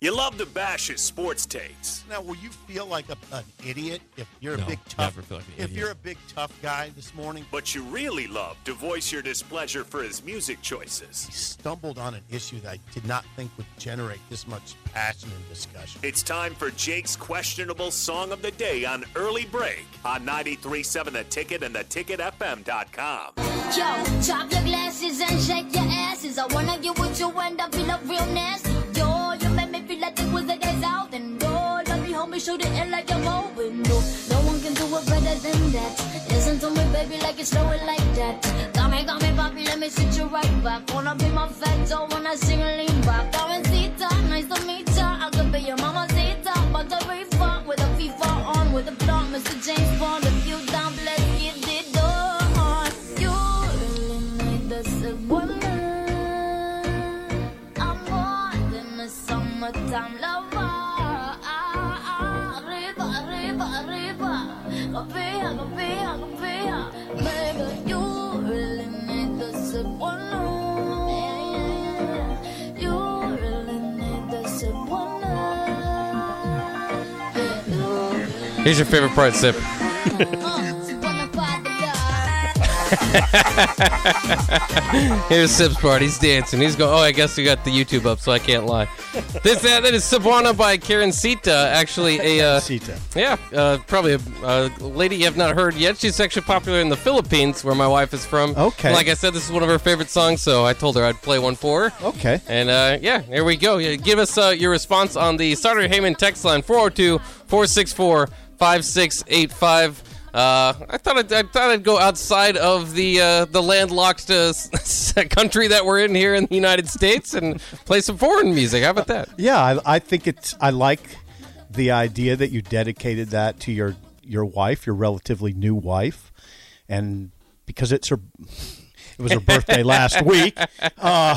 You love to bash his sports takes. Now, will you feel like a, an idiot if you're No, a big tough? never feel like an if idiot. you're a big tough guy this morning, But you really love to voice your displeasure for his music choices. I stumbled on an issue that I did not think would generate this much passion and discussion. It's time for Jake's questionable song of the day on Early Break on 93.7 The Ticket and theticketfm.com. Yo, chop your glasses and shake your asses. I wanna get with you and I feel up real nasty. Yo, you make me feel like the wizard is out. And no, let me hold me, shoot it in like I'm open. No, no one can do it better than that. Listen to me, baby, like it's slow it like that. Got me, got me, papi, let me sit you right back. Wanna be my fatso when I sing a lean back. Karencita, nice to meet ya. I could be your mamacita, but the refund with a FIFA on, with a blunt, Mr. James Bond. If you down, let's get it on. You really need this woman. I'm more than a summertime lover. Arriba, arriba, arriba. Copia, copia, copia. Baby, you really need this woman. You really need this woman. Here's your favorite part, Sip. Uh, wanna fight the girl. Here's Sip's part. He's dancing. He's going, oh, I guess we got the YouTube up, so I can't lie. This that, that is Sabuana by Karen Sita. Actually, a uh, Sita. yeah, uh, probably a, a lady you have not heard yet. She's actually popular in the Philippines, where my wife is from. Okay. Like I said, this is one of her favorite songs, so I told her I'd play one for her. Okay. And uh, yeah, there we go. Yeah, give us uh, your response on the Starter Heyman text line 402 464 5685. Uh, I thought I'd, I thought I'd go outside of the uh, the landlocked uh, s- country that we're in here in the United States and play some foreign music. How about that? Yeah, I, I think it's. I like the idea that you dedicated that to your your wife, your relatively new wife, and because it's her. It was her birthday last week. Uh,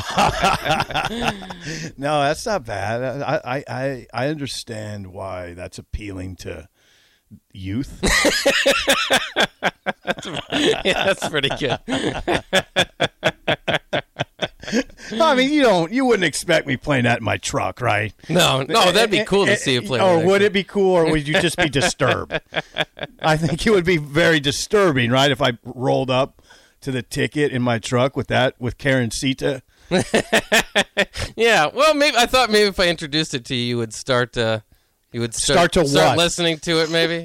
no, that's not bad. I, I, I, I understand why that's appealing to youth. yeah, that's pretty good. I mean, you don't, you wouldn't expect me playing that in my truck, right? No, Eh, no, that'd be cool to see you play. Or with, oh, would actually. it be cool, or would you just be disturbed? I think it would be very disturbing, right? If I rolled up to the ticket in my truck with that with Karen Sita. Yeah. Well, maybe I thought maybe if I introduced it to you, you would start. Uh, you would start, Start to what? listening to it, maybe.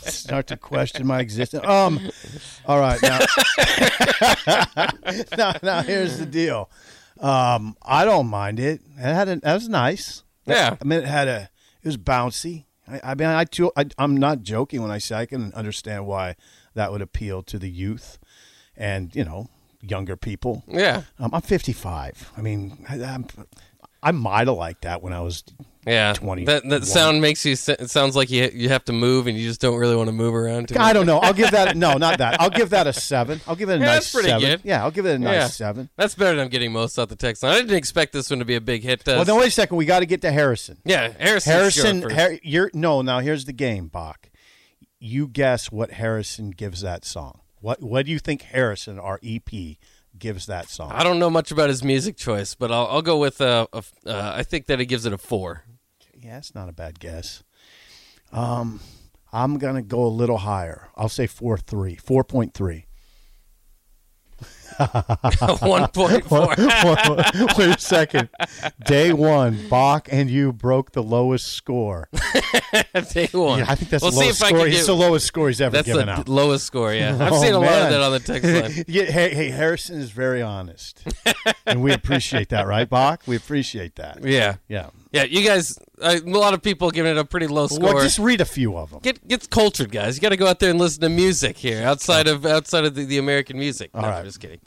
start to question my existence. Um, all right, now, now, now here's the deal. Um, I don't mind it. It had a, that was nice. Yeah. I mean, it had a it was bouncy. I, I mean, I, too, I I'm not joking when I say I can understand why that would appeal to the youth and you know younger people. yeah. Um, I'm 55. I mean, I, I'm. I might have liked that when I was Yeah, 20. That that sound makes you. sa- It sounds like you you have to move, and you just don't really want to move around. Too I much. don't know. I'll give that no, not that. I'll give that a seven. I'll give it a Yeah, nice that's pretty seven. good. Yeah, I'll give it a nice Yeah. seven. That's better than getting most out the text line. I didn't expect this one to be a big hit. Uh, Well, no, wait a second. We got to get to Harrison. yeah, Harrison. Harrison, Har- you're no. Now here's the game, Bach. You guess what Harrison gives that song. What What do you think Harrison, our EP, gives that song? I don't know much about his music choice, but I'll I'll go with uh, a f- uh, I think that it gives it a four. yeah, that's not a bad guess. Um, I'm gonna go a little higher. I'll say four three, four point three. One point four. Wait a second. Day one, Bach and you broke the lowest score. Take one. Yeah, I think that's we'll the see lowest if I score. can it's the get. lowest score he's ever That's the given out. d- lowest score. Yeah, I've seen a Oh, lot of man. that on the text line. yeah, hey, hey, Harrison is very honest, and we appreciate that, right, Bach? We appreciate that. Yeah, Yeah. yeah. You guys, uh, a lot of people giving it a pretty low score. Well, just read a few of them. get get cultured, guys. You got to go out there and listen to music here outside of outside of the, the American music. no, right. I'm just kidding.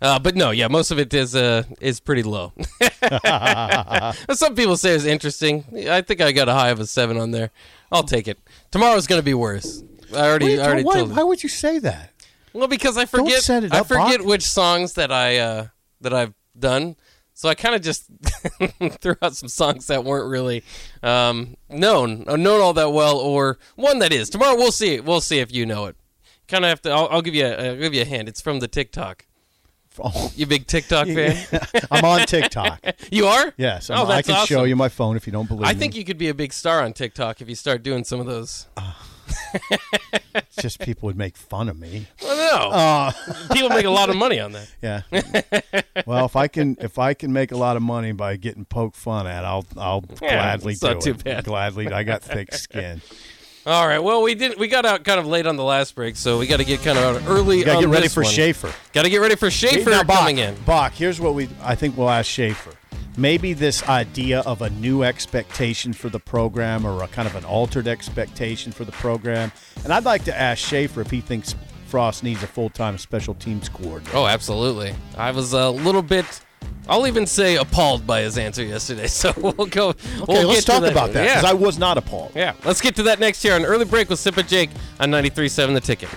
Uh, but no, yeah, most of it is uh is pretty low. Some people say it's interesting. I think I got a high of a seven on there. I'll take it. Tomorrow's gonna be worse. I What are already you I already doing? why, told. why would you say that? Well, because I forget set it I up, forget Bob. which songs that I uh, that I've done. So I kind of just threw out some songs that weren't really um, known, or known all that well, or one that is. Tomorrow we'll see. We'll see if you know it. Kind of have to. I'll, I'll give you. A, I'll give you a hand. It's from the TikTok. phone. You big TikTok fan? I'm on TikTok. You are? Yes, I'm- Oh, I that's can awesome. show you my phone if you don't believe I me. think you could be a big star on TikTok if you start doing some of those. It's just people would make fun of me. Well, no. Oh. People make a lot of money on that. Yeah. well, if I can if I can make a lot of money by getting poked fun at, I'll I'll gladly it's do not too it. bad. Gladly, I got thick skin. All right. Well, we did. We got out kind of late on the last break, so we got to get kind of out early. You gotta on get ready Um, this for one. Schaefer. Got to get ready for Schaefer Now, Bach, coming in. Bach, here's what we I think we'll ask Schaefer. Maybe this idea of a new expectation for the program or a kind of an altered expectation for the program. And I'd like to ask Schaefer if he thinks Frost needs a full time special teams coordinator. Oh, absolutely. I was a little bit. I'll even say appalled by his answer yesterday. So we'll go. Okay, we'll let's get to talk about that because Yeah. I was not appalled. yeah. Let's get to that next year on early break with Sip and Jake on 93.7 The Ticket.